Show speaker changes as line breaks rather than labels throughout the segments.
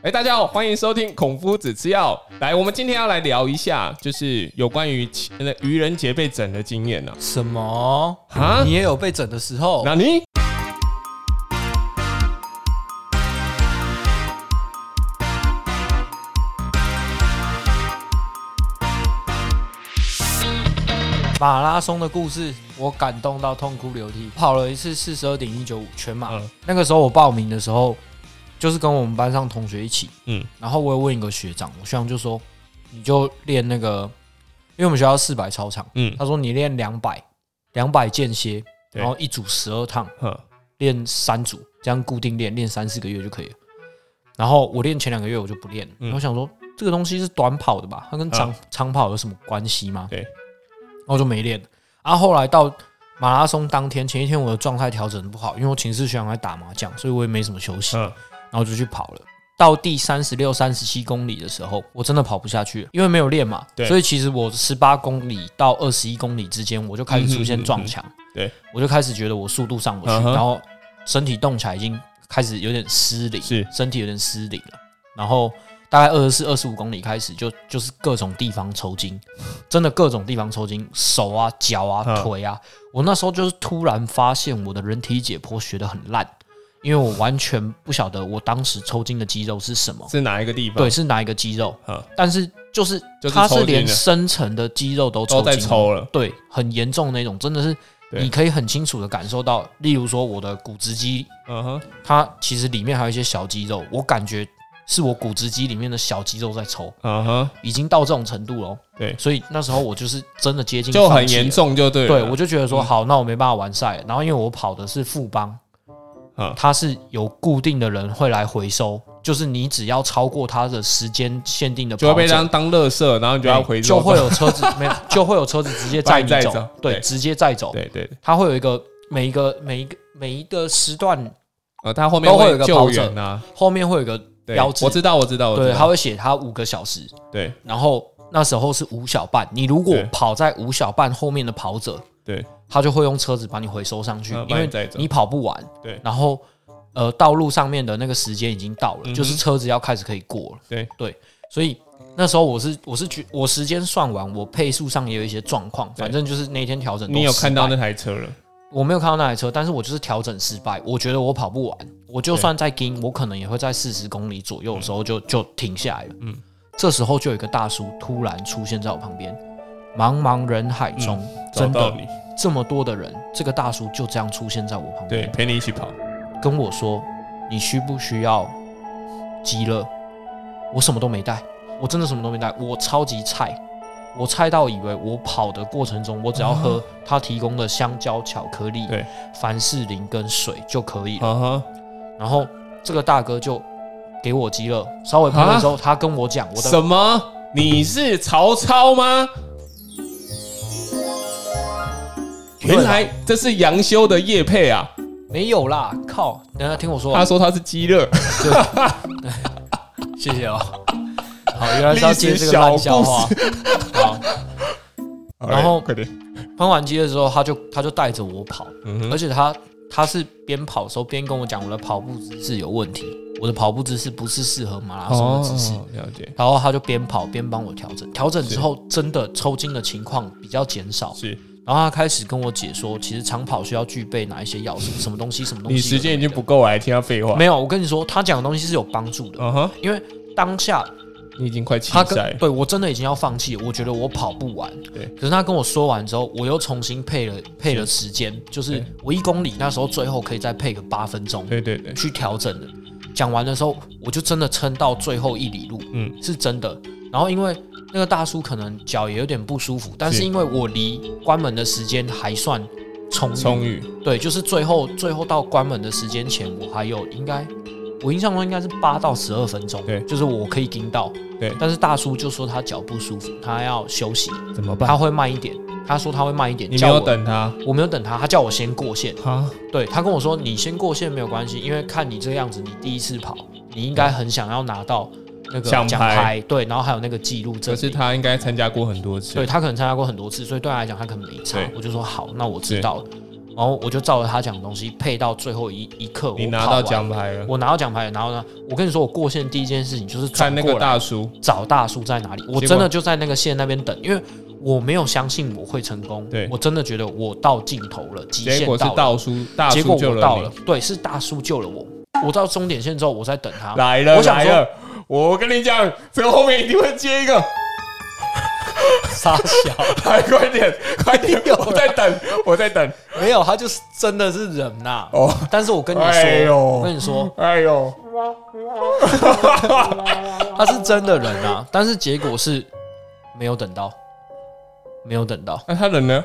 哎、大家好，欢迎收听《孔夫子吃药》。来，我们今天要来聊一下，就是有关于情呃愚人节被整的经验呢、
什么？
啊。
你也有被整的时候？
那你？
马拉松的故事，我感动到痛哭流涕。跑了一次四十二点一九五全马，
嗯
那个时候我报名的时候，就是跟我们班上同学一起，
嗯
然后我有问一个学长，我学长就说，你就练那个，因为我们学校四百操场，
嗯，
他说你练两百，两百间歇，
对
然后一组十二趟，
哼，
练三组，这样固定练，练三四个月就可以了。然后我练前两个月我就不练了，
嗯
然后想说这个东西是短跑的吧，它跟长、长跑有什么关系吗？
对，
然后我就没练了。啊，后来到马拉松当天前一天我的状态调整得不好，因为我寝室学长在打麻将，所以我也没什么休息，
嗯
然后就去跑了。到第三十六、三十七公里的时候，我真的跑不下去了，因为没有练嘛。
对
所以其实我十八公里到二十一公里之间，我就开始
嗯
出
哼嗯
现
哼
撞墙。
对，
我就开始觉得我速度上不去，
嗯哼
然后身体动起来已经开始有点失灵，
是
身体有点失灵了。然后大概二十四、二十五公里开始就就是各种地方抽筋，真的各种地方抽筋，手啊、脚啊、
嗯
腿啊。我那时候就是突然发现我的人体解剖学的很烂，因为我完全不晓得我当时抽筋的肌肉是什么，
是哪一个地方？
对，，是哪一个肌肉，
嗯，
但是就是
就是
它
抽
是
筋
连
了
深层的肌肉都抽
都在
筋，
抽了。
对，很严重那种，真的是
对
你可以很清楚的感受到，例如说我的骨直肌，
嗯哼，
它其实里面还有一些小肌肉，我感觉是我骨直肌里面的小肌肉在抽，
嗯哼，
已经到这种程度了。哦
对，
所以那时候我就是真的接近
就很
放弃了
严，重，就对了。啊
对我就觉得说好，那我没办法完赛了。然后因为我跑的是富邦
嗯，
它是有固定的人会来回收，就是你只要超过它的时间限定的跑
就
者，
会被当当垃圾，然后你就要回收。
就会有 车子没有，就会有车子直接载你
把你载
走
走，对
对，直接载走。
对对对，
它会有一个每一个每一个每一个时段
呃，他后面
都会有
会
一个
救
跑者
援啊，
后面会有一个
对，
标志
我知道，我知道，我知
对，它
道。
会写它五个小时，
对
然后那时候是五小半，你如果
对
跑在五小半后面的跑者，
对
他就会用车子把你回收上去
嗯，
因
把你
为
载走
你跑不完，
对
然后呃道路上面的那个时间已经到
嗯哼
了，就是车子要开始可以过了，
对
对，所以。那时候我是我是觉我时间算完，我配速上也有一些状况，反正就是那天调整。
你有看到那台车了？
我没有看到那台车，但是我就是调整失败，我觉得我跑不完，我就算再跟，我可能也会在四十公里左右的时候就就停下来了。
嗯
嗯，这时候就有一个大叔突然出现在我旁边，茫茫人海中，
嗯找
真
到
的
你，
这么多的人，这个大叔就这样出现在我旁
对，
边，
陪你一起跑。
跟我说：“你需不需要极乐？”我什么都没带，我真的什么都没带，我超级菜，我菜到以为我跑的过程中，我只要喝他提供的香蕉、巧克力、
对
凡士林跟水就可以了。
嗯哼，
然后这个大哥就给我极乐，稍微喷的时候，他跟我讲我的
什么？你是曹操吗？
啊
原来这是杨修的叶配啊！
没有啦，靠！等一下听我说
他，说他是鸡肋，
谢谢哦。 好，原来是要接这个烂笑话。好， 然后
快点，
喷完鸡的时候，他就他就带着我跑，
嗯哼
而且他他是边跑的时候边跟我讲我的跑步姿势有问题，我的跑步姿势不是适合马拉松的姿势。
哦，了解，
然后他就边跑边帮我调整，调整之后真的抽筋的情况比较减少。
是
然后他开始跟我解说，其实长跑需要具备哪一些要素，什么东西，什么东西。
你时间已经不够了，还听他废话。
没有，我跟你说，他讲的东西是有帮助的，
嗯哼，
因为当下
你已经快气
他
塞
跟
了，
对我真的已经要放弃了，我觉得我跑不完。
对
可是他跟我说完之后，我又重新配了配了时间，就是
对
我一公里那时候最后可以再配个八分钟
对对对，
去调整的。讲完的时候，我就真的撑到最后一里路，
嗯
嗯，是真的。然后因为那个大叔可能脚也有点不舒服，但
是
是因为我离关门的时间还算充裕，
充裕，
对，就是最后最后到关门的时间前，我还有应该，我印象中应该是八到十二分钟，
对
就是我可以盯到，
对
但是大叔就说他脚不舒服，他要休息，
怎么
他？会慢一点，他说他会慢一点，
你没
叫
有
我，
等他
我没有等他，他叫我先过线，
啊？
对他跟我说你先过线没有关系，因为看你这个样子，你第一次跑，你应该很想要拿到那个
奖
奖
牌
牌，对，然后还有那个记录证
可是
明。
他应该参加过很多次
对，他可能参加过很多次，所以对他来讲他可能没差
对。
我就说好，那我知道了。然后我就照着他讲的东西配到最后一一刻，
你
我
拿到
跑完
奖牌了，
我拿到奖牌，然后呢，我跟你说，我过线第一件事情就是转
看那
过
个
来
大叔，
找大叔在哪里。我
结果
真的就在那个线那边等，因为我没有相信我会成功。
对
我真的觉得我到尽头了，极
结
限
果是
到
大叔，大
结
叔
果
救
我到
了
了，对，是大叔救了我。我到终点线之后，我在等他
你，。来了，
我想
来
说
了，我跟你讲，这个后面一定会接一个，
傻 小，
来，快点，快 点，我在等，我在等，
没有，他就是真的是人呐、
哦，
但是我跟你
哎呦
说，我跟你说，
哎呦，
他是真的人啊，但是结果是没有等到，没有等到，
那他人呢？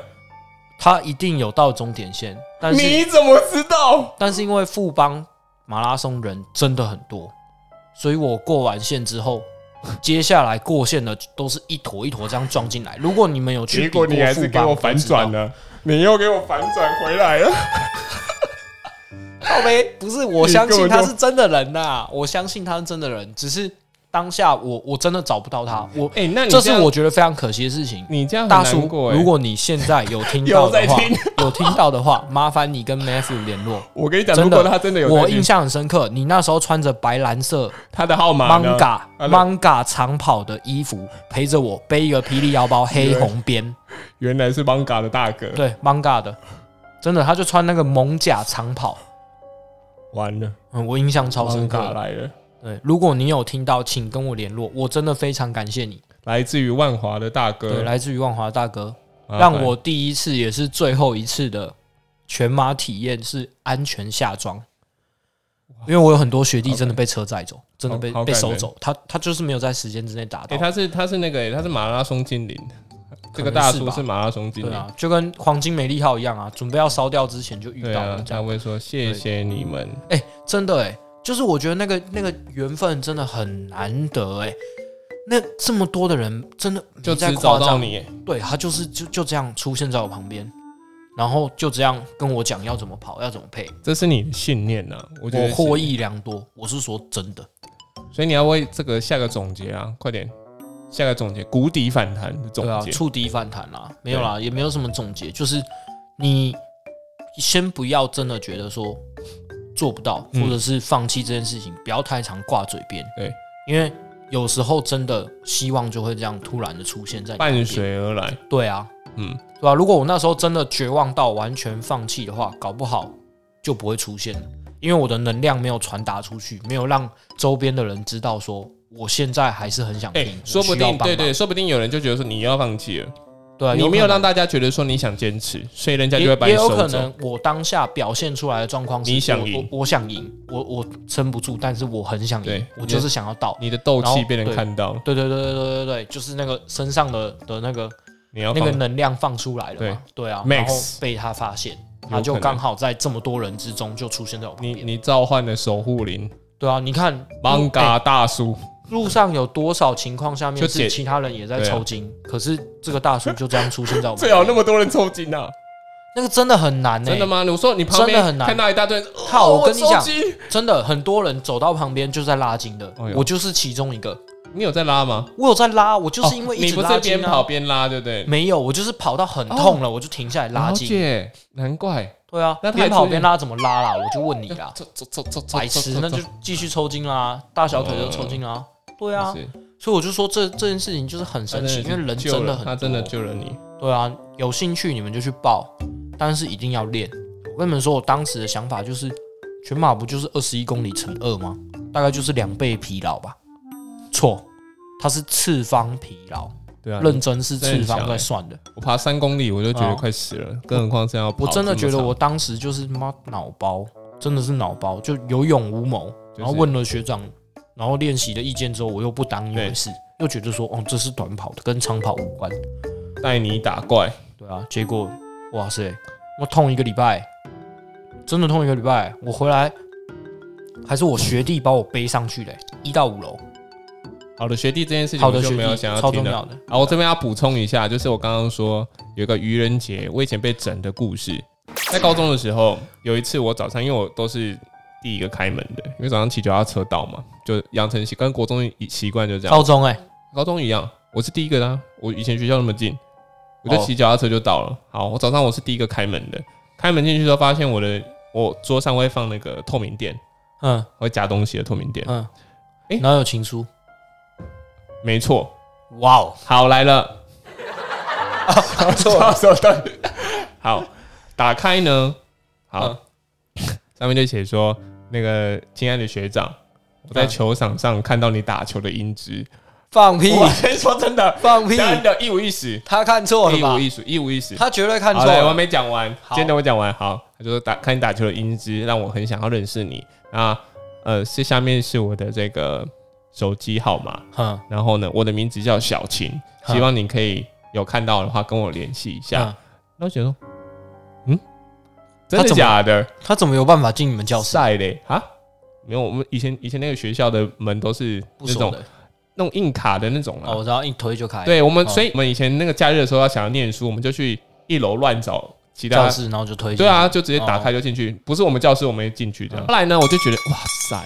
他一定有到终点线，但是
你怎么知道？
但是因为富邦马拉松人真的很多，所以我过完线之后，接下来过线的都是一坨一坨这样撞进来。如果你们有
结
去比过
果
富
你还是给
邦
我反转，
都
了，你又给我反转回来了。
知道靠呗，不是我
你
相
根
信
本
他
就是
真的人呐、我相信他是真的人，只是当下我我真的找不到他，我
哎，那你
这是
样
我，觉得非常可惜的事情。
你这样很
大
难
叔，
过哎
如果你现在有听到
有在
的话
听，
有听到的话，麻烦你跟 Matthew 联络。
我跟你 讲，
真
如
的
果他真的有在
我
听
印象很深刻，你那时候穿着白蓝色
他的号码呢
manga
啊对
manga 长跑的衣服，陪着我背一个霹雳腰包，黑红边，
原来是 manga 的大哥，
对 manga 的，真的，他就穿那个蒙甲长跑，
完了，
嗯，我印象超深刻
manga
的。
来了，
对，如果你有听到，请跟我联络，我真的非常感谢你。
来自于万华的大
对，
哥，
来自于万华大哥，
麻烦
让我第一次也是最后一次的全马体验是安全下装。因为我有很多学弟真的被车载走，真的被
好好感
被
人
收走，他他就是没有在时间之内达
哎、
到。
他是他是那个、欸，他是马拉松精灵，这个
可能
大
是
叔
吧
是马拉松精
对
灵。
啊，就跟黄金美丽号一样啊，准备要烧掉之前就遇
对
到了
啊，
这
他
样。
会说谢谢你们，
哎、真的哎、就是我觉得那个那个缘分真的很难得哎、那这么多的人真的没
就
在
只
夸
找到
张，
你、欸。
对他就是就就这样出现在我旁边，然后就这样跟我讲要怎么跑，要怎么配，
这是你的信念呐、啊，我觉
我
得
获
是，
益良多。我是说真的，
所以你要为这个下个总结啊，快点，下个总结，谷底反弹的总
对啊，
结，
触底反弹啦，没有啦，也没有什么总结，就是你先不要真的觉得说做不到，
嗯
或者是放弃这件事情，不要太常挂嘴边。
对，
因为有时候真的希望就会这样突然的出现在你旁边
伴。随而来，
对啊，
嗯，
对吧、如果我那时候真的绝望到完全放弃的话，搞不好就不会出现了，因为我的能量没有传达出去，没有让周边的人知道说我现在还是很想
哎、
拼，我
说不
需要
定，
帮
对
忙
对，说不定有人就觉得说你要放弃了，
对啊，
你没有
可能
让大家觉得说你想坚持，所以人家就
也
会把
也
你
有
收
可
走。
能我当下表现出来的状况是
你想
我
赢
我我想赢，我我撑不住，但是我很想赢
对，
我就是想要到。
你的斗
然
气
后
被人
对
看到，
对对对对对对对，就是那个身上的的那个
你要
那
放
个能量放出来了嘛，对啊，
Max
然后被他发现，他就刚好在这么多人之中就出现在我旁
你
边。
你召唤的守护灵
对啊，你看路哎
manga 大叔，
路上有多少情况下
就
面
解
是其他人也在
对啊
抽筋，可是这个大叔就这样出现在我 们
最好那么多人抽筋啊！
那个真的很难欸呢
真，的吗？我说你旁
真
边
的很难
看到一大堆人，
靠
哦
我跟你讲
抽筋
真的很多人走到旁边就在拉筋的
哎，呦
我就是其中一个。
你有在拉吗？哦
我有在拉，我哦就是因为一
你
直
不
拉
是边
筋
跑
啊。
边拉，对不对？
没有，我就是跑到很痛了，我就停下来拉
了
筋。
解，难怪
对啊
那，他也呃
边
出
跑
现
边拉怎么拉啦？我就问你啦，
抽抽抽抽抽
白痴，
抽
那就
抽
继续抽筋啦，大小腿就
哦
抽筋啦。对啊，
是
所以我就说这这件事情就是很
他
神奇，
真
因
的
为人
救
真的
了
很
他真的
多
救了你，
对啊，有兴趣你们就去报，但是一定要练。我跟你们说，我当时的想法就是，全马不就是二十一公里乘二吗？大概就是两倍疲劳吧？错，它是次方疲劳，
对啊。
认真是次
真的很
方
强
在
欸
算的。
我爬三公里我就觉得
哦
快死了，更何况这样要跑
我真的
这么
觉得
长
我当时就是妈脑包，真的是脑包，就有勇无谋。
就是
然后问了学长，然后练习了意见之后，我又不当一回事，又觉得说哦，这是短跑的，跟长跑无关。
带你打怪，
对啊，结果哇塞，我痛一个礼拜，真的痛一个礼拜。我回来还是我学弟把我背上去的、一到五楼。
好的学弟这件事情
好
我
的
就
学
没有
弟，
想要
超
听
重
了。
要的。
啊，我这边要补充一下，就是我刚刚说有一个愚人节，我以前被整的故事。在高中的时候，有一次我早上，因为我都是第一个开门的，因为早上骑脚踏车到嘛，就养成习跟国中一习惯就这样。
高中哎、
高中一样，我是第一个啦、我以前学校那么近，我就骑脚踏车就到了。好，我早上我是第一个开门的，开门进去之后，发现我的我桌上会放那个透明垫，
嗯
会夹东西的透明垫。
嗯，
诶
然后有情书，
没错，
哇哦，
好来了，
错，
好，打开呢，好，
嗯
上面就写说那个亲爱的学长，我在
嗯
球场上看到你打球的英姿。
放屁，
我先说真的，
放屁，
真的，一五一十，
他看错了
一五
吧？
一十，一五一十。
他绝对看
好
错
嘞，我还
了。
没讲完，
好
先等我讲完。好，他就说打看你打球的英姿，让我很想要认识你。那呃，是下面是我的这个手机号码，
嗯，
然后呢，我的名字叫小琴，
嗯
希望你可以有看到的话跟我联系一下。
嗯
那我觉得说，嗯，真
他
的
怎么
假的？
他怎么有办法进你们教室？
晒嘞啊？没有，我们以前以前那个学校的门都是
不
那
熟
种
的
那种硬卡的那种
哦，
啊。
我知道，一推就开。，
对，我们
哦
所以我们以前那个假日的时候要想要念书，我们就去一楼乱找其他
教室然后就推。
对，啊，就直接打开就进去，不是我们教室，我们也进去这样。
嗯
后来呢，我就觉得哇塞，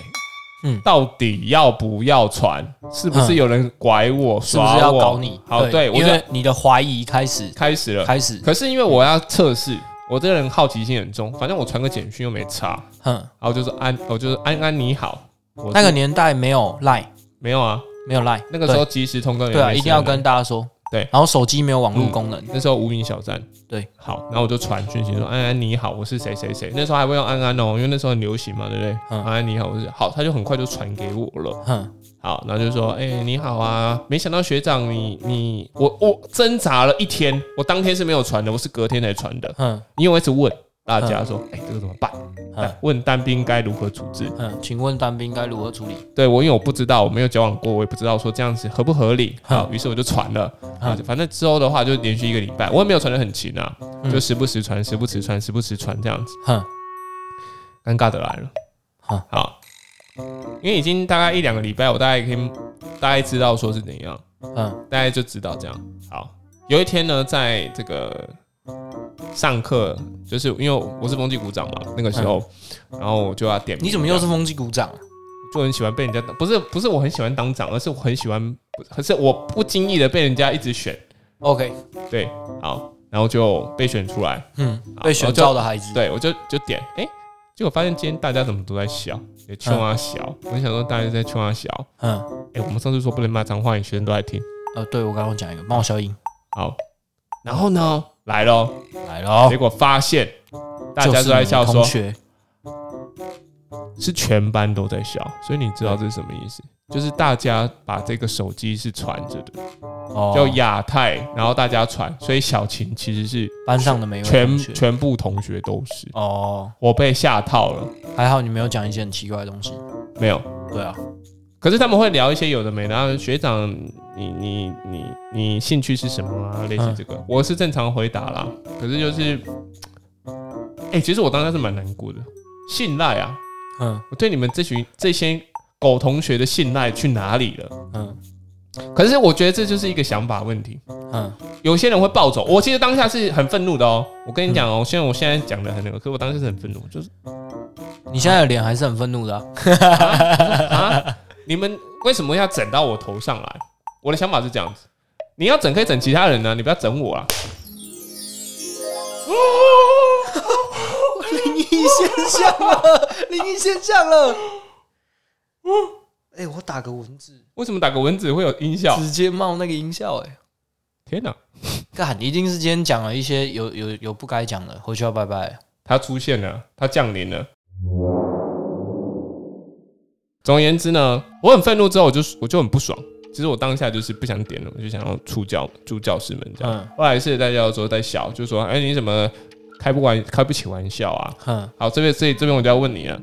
嗯
到底要不要传？是不是有人拐我、
是不
耍
是
我？
要搞你？
好，对我
因
就
为你的怀疑开始
开始了。
开始，
可是因为我要测试，我这个人好奇心很重，反正我传个简讯又没差，
哼，
然后就是安，我就是安安你好。我是
那个年代没有 Line，
没有啊，
没有 Line，
那个时候即时通告也
对对啊，
没
一定要
什么
跟大家说。
对，嗯
然后手机没有网络功能，
那时候无名小站。
对，
好，然后我就传讯息说：“安安你好，我是谁谁谁。”那时候还会用安安哦，因为那时候很流行嘛，对不对？
嗯
安安你好，我是好，他就很快就传给我了。
哼，
好，然后就说：“哎、你好啊，没想到学长你你我我挣扎了一天，我当天是没有传的，我是隔天才传的，
哼，
因为我一直问大家
嗯
说：哎、这个怎么办？
哼，
问单兵该如何处置？
哼，请问单兵该如何处理？
对我，因为我不知道，我没有交往过，我也不知道说这样子合不合理。
嗯
好，于是我就传了。啊，反正之后的话就连续一个礼拜，我也没有传的很勤啊，
嗯
就时不时传，时不时传，时不时传这样子。
哼，
尴尬的来了。
嗯
好，因为已经大概一两个礼拜，我大概可以大概知道说是怎样，
哼，
大概就知道这样。好，有一天呢，在这个上课，就是因为我是风纪股长嘛，那个时候，然后我就要点名
嗯你怎么又是风纪股长？啊
就很喜欢被人家当，不是不是我很喜欢当长，而是我很喜欢，可是我不经意的被人家一直选，
OK，
对，好，然后就被选出来，
嗯，
好
被选召的孩子，
对，我就就点，哎、结果发现今天大家怎么都在笑，也冲啊笑，我就想说大家在冲啊笑，
嗯，
哎、我们上次说不能骂脏话，你学生都在听，
呃，对我刚刚讲一个帮我消音
好，然后呢来咯，
来了
结，果发现大家都在笑
哦就是你
说，
的同学，
是全班都在笑，所以你知道这是什么意思？就是大家把这个手机是传着的，
哦
叫亚太，然后大家传，所以小琴其实是
班上的每一位
全
同学
全部同学都是，
哦，
我被吓套了，
还好你没有讲一些很奇怪的东西。
没有。
对啊，
可是他们会聊一些有的没的，然后学长，你你你你兴趣是什么啊？类似
嗯
这个，我是正常回答啦。可是就是，哎、其实我当时是蛮难过的，信赖啊，
嗯
我对你们这群这些狗同学的信赖去哪里了？
嗯
可是我觉得这就是一个想法问题，
嗯
有些人会暴走。我其实当下是很愤怒的哦，我跟你讲哦，虽然我现在讲的很那个，可是我当时是很愤怒，就是
你现在的脸还是很愤怒 的啊、
啊，你们为什么要整到我头上来？我的想法是这样子，你要整可以整其他人呢、你不要整我啊。
灵异现象了，灵异现象了。哎、我打个文字，
为什么打个蚊子会有音效？
直接冒那个音效、哎，
天哪、
干，一定是今天讲了一些有有有不该讲的，回去要拜拜了。
它出现了，它降临了。总而言之呢，我很愤怒之后，我就我就很不爽。其实我当下就是不想点了，我就想要出教助教师们这样。
嗯
后来是大家有时候在笑，就说：“哎、你怎么开不玩开不起玩笑啊？”
哼，
好，这边这这边我就要问你了，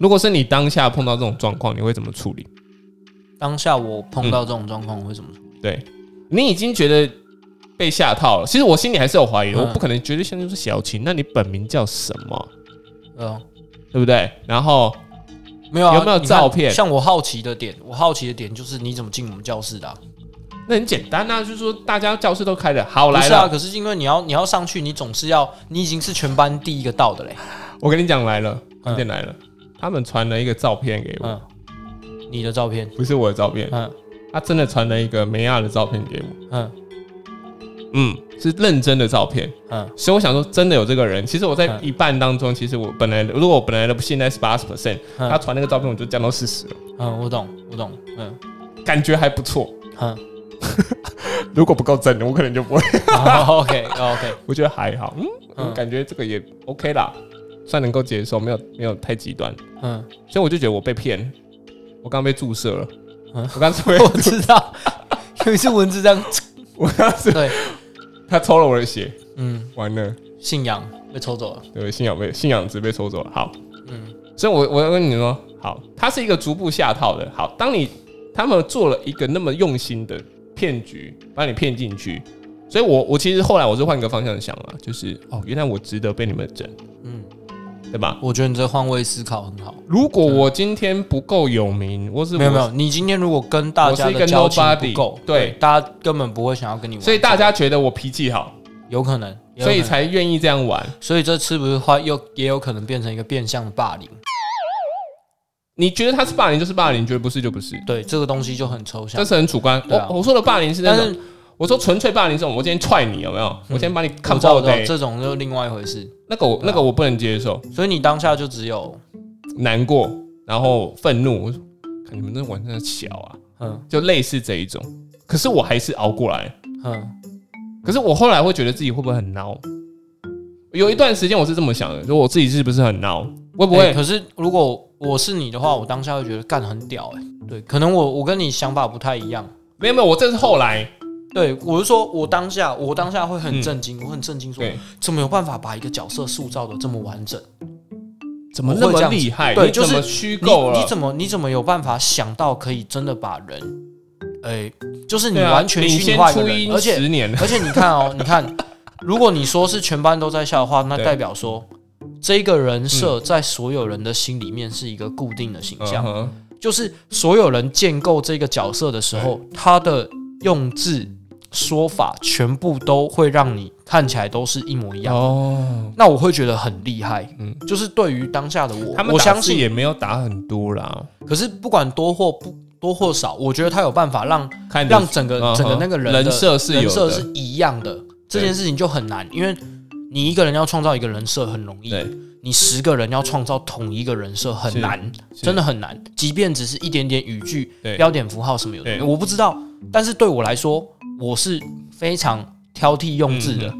如果是你当下碰到这种状况，你会怎么处理？
当下我碰到这种状况，我会怎么说？
对你已经觉得被吓套了，其实我心里还是有怀疑，
嗯
我不可能绝对相信是小琴，那你本名叫什么？
对啊，
对不对？然后
没有啊，
嗯有没有
你看
照片
像我好奇的点，我好奇的点就是你怎么进我们教室的啊、
那很简单啊，就是说大家教室都开了，好
不
来
是啊，
了，
可是因为你要你要上去，你总是要，你已经是全班第一个到的嘞。
我跟你讲来了，
嗯
关键来了，他们传了一个照片给我，
嗯，你的照片，
不是我的照片，
嗯
他真的传了一个梅亚的照片给我，
嗯，
嗯，是认真的照片。
嗯，
所以我想说，真的有这个人。其实我在
嗯
一半当中，其实我本来如果我本来的现在是八十 percent，
嗯
他传那个照片我就降到四十了，
嗯，我懂，我懂，嗯
感觉还不错。
嗯
如果不够真的，我可能就不会。
，OK OK，
我觉得还好，嗯，
嗯
我感觉这个也 OK 啦，算能够接受，没有没有太极端。
嗯，
所以我就觉得我被骗，我刚刚被注射了。
嗯
我刚 被，
我知道，有一只蚊子这样，
我刚是
对，
他抽了我的血，
嗯，
完了，
信仰被抽走了，
对，信仰被信仰值被抽走了。好，
嗯
所以我我要跟你说，好，它是一个逐步下套的。好，当你他们做了一个那么用心的骗局，把你骗进去，所以我我其实后来我是换个方向想了，就是哦，原来我值得被你们整，
嗯，
对吧？
我觉得你这换位思考很好。
如果我今天不够有名，或是我
没有没有，你今天如果跟大家
我是一
的
个
交情
nobody，
不够，
对
大家根本不会想要跟你玩，
所以大家觉得我脾气好，
有可能，也有
所以
可能
才愿意这样玩。
所以这次不是话又也有可能变成一个变相的霸凌，
你觉得他是霸凌就是霸凌，你觉得不是就不是，
对这个东西就很抽象
这。是很主观。
对啊
我我说的霸凌是那
但
种
是，嗯
我说纯粹霸凌这种，我今天踹你有没有？我今天把你
我
看
知道
爆
我知道
的，
这啊种就另外一回事，
那个我那个我不能接受。
所以你当下就只有
难过，然后愤怒，我说看你们那晚上小啊，
嗯
就类似这一种。可是我还是熬过来。
嗯
可是我后来会觉得自己会不会很孬？有一段时间我是这么想的，就我自己是不是很孬？会不
不
会？
哎可是如果我是你的话，我当下会觉得干很屌哎、对，可能我我跟你想法不太一样。
没有没有，我这是后来
对，我是说，我当下，我当下会很
嗯
震惊，我很震惊，说
对，
怎么有办法把一个角色塑造的这么完整？
怎么那
我会这
么
样子
厉害？
对
你
就是
怎么虚构
你
了
你。怎么你怎么有办法想到可以真的把人，哎、就是你
对啊
完全
领
虚拟
先
化一个
初
人，而
音
且
十年了，
而且你 看哦，你看，如果你说是全班都在笑的话，那
对
代表说这个人设在所有人的心里面是一个固定的形象，
嗯哼
就是所有人建构这个角色的时候，他的用字说法全部都会让你看起来都是一模一样。
哦，
那我会觉得很厉害，
嗯
就是对于当下的我
他，们
我
打
相
字
信
也没有打很多啦，
可是不管多或不多或少，我觉得他有办法让
看
让整个、
嗯哼
整个那个人的
人设是有
人设
的
是一样的，这件事情就很难，因为你一个人要创造一个人设很容易
对，
你十个人要创造同一个人设很难，
是
真的很难。即便只是一点点语句
对、
标点符号什么有的没有，
对
我不知道。但是对我来说，我是非常挑剔用字的，
嗯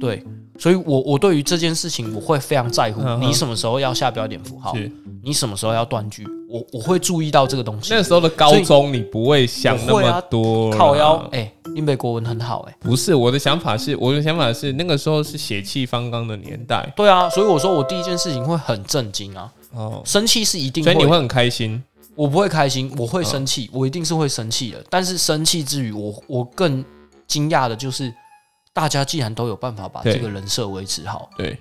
对，所以我我对于这件事情我会非常在乎。
嗯哼
你什么时候要下标点符号？
是
你什么时候要断句，我我会注意到这个东西。
那时候的高中，你不会想那
我会
么
啊
多啦。
靠腰，哎、林北国文很好、哎，
不是我的想法是，我的想法是那个时候是血气方刚的年代
对啊，所以我说我第一件事情会很震惊啊，
哦，
生气是一定
所
会，
以你会很嗯开心。
我不会开心，我会生气，我一定是会生气的。但是生气之余，我我更惊讶的就是，大家既然都有办法把
对
这个人设维持好，
对，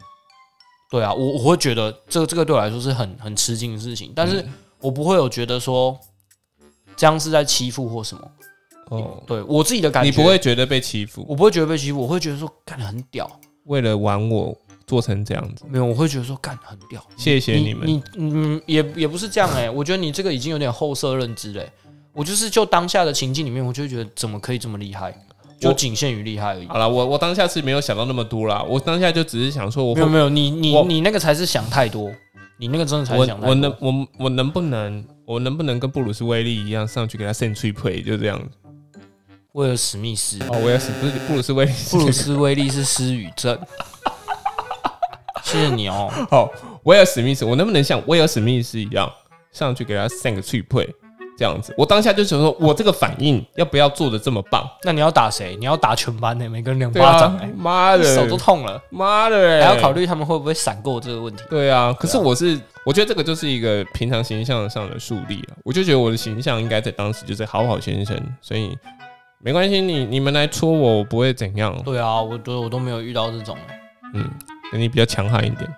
对啊，我我会觉得这个这个对我来说是很很吃惊的事情，但是
嗯
我不会有觉得说这样是在欺负或什么。
哦，
对我自己的感觉，
你不会觉得被欺负，
我不会觉得被欺负，我会觉得说干很屌，
为了玩我做成这样子，
没有，我会觉得说干很屌。
谢谢
你
你们。
你嗯，也也不是这样哎、我觉得你这个已经有点后设认知嘞、我就是就当下的情境里面，我就会觉得怎么可以这么厉害，就仅限于厉害而已。
好了，我我当下是没有想到那么多啦，我当下就只是想说我会，
没有没有，你你
我
你那个才是想太多，你那个真的才是想
我
太多。
我能我我能不能我能不能跟布鲁斯威利一样上去给他 century play 就这样子。
威尔史密斯、
哦，我也是，不是布鲁斯威利，
布 鲁斯威利是失语症。 谢谢你哦，
好，威尔史密斯，我能不能像威尔史密斯一样上去给他扇个脆配这样子？我当下就想说，我这个反应要不要做的这么棒？
那你要打谁？你要打全班欸的、每个人两
对
巴
啊
掌哎、，
妈
手都
的，
痛了，
妈的、欸，
还要考。虑他们会不会闪过这个问题。
对啊，可是我是，我觉得这个就是一个平常形象上的树立啊。我就觉得我的形象应该在当时就是好好先生，所以没关系，你你们来戳我，我不会怎样。
对啊，我都我都没有遇到这种、欸
嗯，等你比较强悍一点。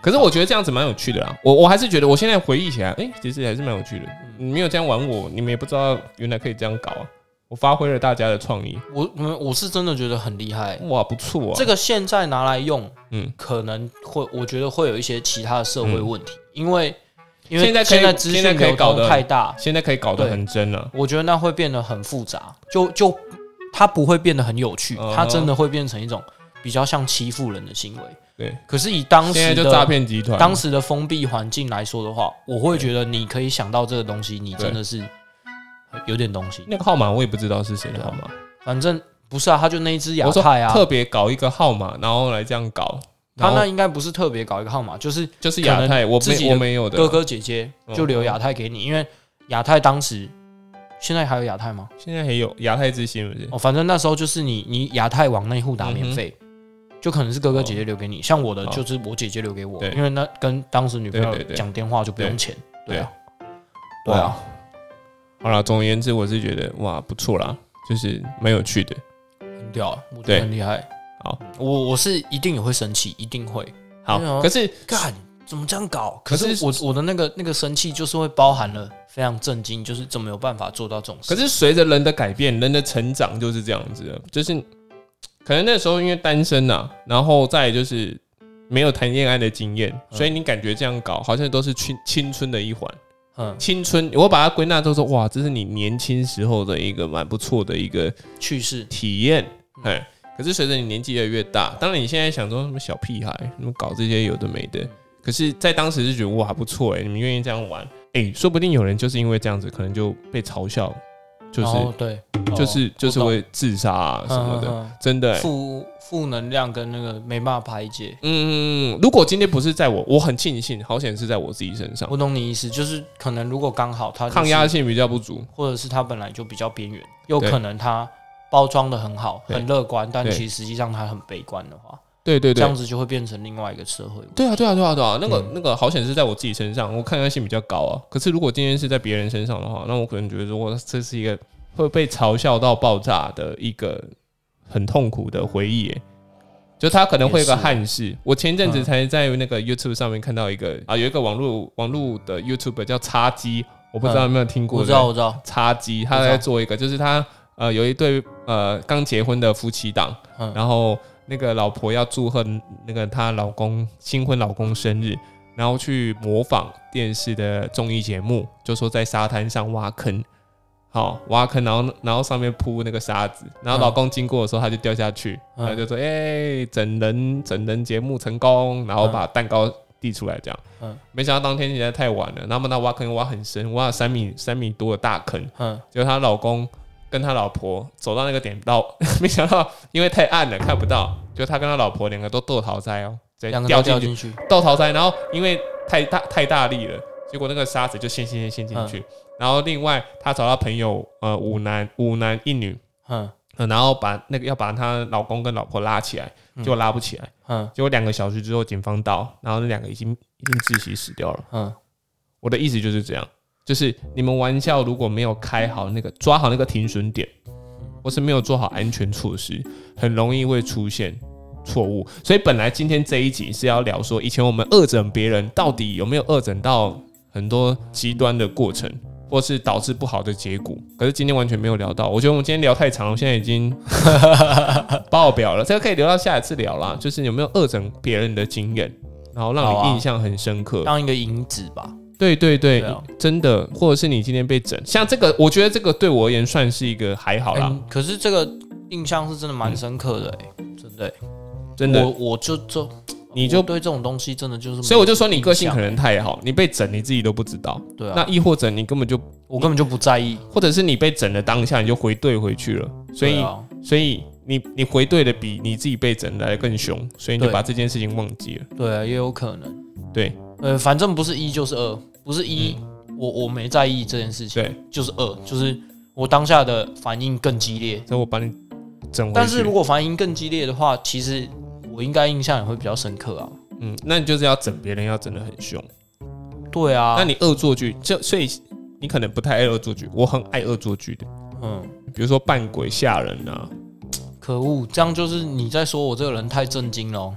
可是我觉得这样子蛮有趣的啦，我我还是觉得我现在回忆起来，哎、其实还是蛮有趣的。
嗯
你没有这样玩我，你们也不知道原来可以这样搞啊！我发挥了大家的创意，
我我我是真的觉得很厉害、
哇，不错啊！
这个现在拿来用，
嗯，
可能会我觉得会有一些其他的社会问题，因为因为
现在可以
现在资
现在
讯
可以
流
搞得
通太大，
现在可以搞得很真了、啊
我觉得那会变得很复杂，就就它不会变得很有趣
嗯，哼
它真的会变成一种比较像欺负人的行为。
对，
可是以当
现在
时
就诈
的
骗集团，
当时的封闭环境来说的话，我会觉得你可以想到这个东西，你
对
真的是有点东西。
那个号码我也不知道是谁的号码，
反正不是啊，他就那一只亚
我说
太啊，
特别搞一个号码，然后来这样搞，
他
然后
那应该不是特别搞一个号码，就是
就是亚太，我
自己
没
的
我没有的
哥，哥姐姐就留
啊嗯
亚太给你，因为亚太当时现在还有亚太吗？
现在还有亚太之星不是？
哦，反正那时候就是你你亚太往内户打免费，就可能是哥哥姐姐留给你，像我的
嗯哦
就是我姐姐留给我，
对
因为那跟当时女朋友
对对对
讲电话就不用钱，
对
对啊，对啊，
好啦，总而言之，我是觉得哇不错啦，就是蛮有趣的。
很屌啊，我觉
对
得很厉害。
好，
我我是一定也会生气，一定会对
好，
啊
可是
干。怎么这样搞？可
可是
是我我的那个那个生气，就是会包含了非常震惊，就是怎么有办法做到这种事？
可是随着人的改变，人的成长就是这样子的，就是可能那时候因为单身呐、然后再来就是没有谈恋爱的经验，所以你感觉这样搞好像都是青青春的一环。
嗯，
青春，我把它归纳就是说，哇，这是你年轻时候的一个蛮不错的一个
去世
体验。哎，可是随着你年纪越来越大，当然你现在想说什么小屁孩，什么搞这些有的没的，可是，在当时是觉得哇不错哎、你们愿意这样玩哎、说不定有人就是因为这样子，可能就被嘲笑，就是、
哦对，
就是就是
我懂
会自杀啊什么的，
嗯嗯嗯
真的欸、
负负能量跟那个没办法排解。
嗯，如果今天不是在我，我很庆幸，好险是在我自己身上，
我懂你意思，就是可能如果刚好他、就是、
抗压，性比较不足。
或者是他本来就比较边缘，有
对
可能他包装的很好，
对
很乐观，但
对
其实实际上他很悲观的话，
对对
这
对
样，子就会变成另外一个社会。
对啊对啊对啊对啊，那个、
嗯
那个好险是在我自己身上，我抗压性比较高啊。可是如果今天是在别人身上的话，那我可能觉得说，哇，这是一个会被嘲笑到爆炸的一个很痛苦的回忆耶。就他可能会有一个
也是啊
憾事。我前一阵子
嗯
才在那个 YouTube 上面看到一个啊，有一个网络网络的 YouTube 叫叉鸡，我不知道有没有听过。
嗯我知道，我知道，
叉鸡，他
我知
在
道
做一个，就是他呃有一对呃刚结婚的夫妻档，
嗯
然后那个老婆要祝贺那个她老公新婚老公生日，然后去模仿电视的综艺节目，就说在沙滩上挖坑。好挖坑，然后然后上面铺那个沙子，然后
嗯
老公经过的时候他就掉下去，
嗯
然后就说：“哎、整人整人节目成功！”然后把蛋糕递出来，这样。
嗯
没想到当天实在太晚了，然后他挖坑挖很深，挖了三米三米多的大坑，
嗯，
就她老公跟她老婆走到那个点到， 没想到因为太暗了看不到，就他跟他老婆两个都斗桃栽哦，直接
两个
掉
都
进
掉
去
进去，
斗桃栽，然后因为太大太大力了，结果那个沙子就陷陷陷陷进去。
嗯
然后另外她找到朋友呃五男五男一女、
嗯
呃然后把那个要把她老公跟老婆拉起来，结果拉不起来，
嗯
结果两个小时之后警方到，然后那两个已经已经窒息死掉了。
嗯，
我的意思就是这样，就是你们玩笑如果没有开好那个抓好那个停损点，或是没有做好安全措施，很容易会出现错误。所以本来今天这一集是要聊说，以前我们恶整别人到底有没有恶整到很多极端的过程。或是导致不好的结果，可是今天完全没有聊到。我觉得我们今天聊太长了，我现在已 经爆表了。这个可以留到下一次聊啦，就是有没有恶整别人的经验，然后
好
让你
啊
印象很深刻。
当一个引子吧。
对对对，
对啊
真的，或者是你今天被整，像这个，我觉得这个对我而言算是一个还好啦，
嗯，可是这个印象是真的蛮深刻的、欸，真的欸、
真的
我，我就就
你就
我，对这种东西真的就是没有印象，
所以我就说你个性可能太好，你被整你自己都不知道，
对啊，
那亦或者你根本就，
我根本就不在意，
或者是你被整的当下你就回怼回去了，所以、
对啊
所以你你回怼的比你自己被整来的更凶，所以你就
对
把这件事情忘记了，
对啊，也有可能。
对
呃，反正不是一就是二，不是一、我我没在意这件事情，
嗯对，
就是二，就是我当下的反应更激烈。
所以我把你整回去，
但是如果反应更激烈的话，其实我应该印象也会比较深刻啊。
嗯，那你就是要整别人要整的很凶，
对啊，
那你恶作剧，就所以你可能不太爱恶作剧，我很爱恶作剧的。
嗯，
比如说扮鬼吓人啊，
可恶，这样就是你在说我这个人太震惊了哦。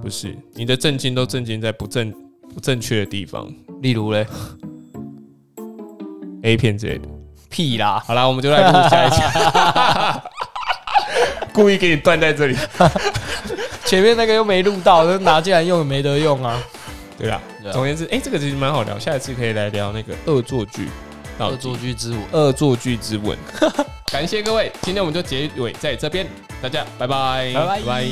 不是你的震惊都震惊在不正不正确的地方
例如嘞，
，A 片之类的。
屁 啦，
好啦，我们就来录下一 集，故意给你断在这里。
前面那个又没录到，就拿进来用也没得用啊。
对啦，
对啊
总而言之，哎、这个其实蛮好聊，下一次可以来聊那个恶作剧到
恶
底。
作剧之吻，
恶作剧之吻，感谢各位，今天我们就结尾在这边，大家拜拜，
拜拜
拜。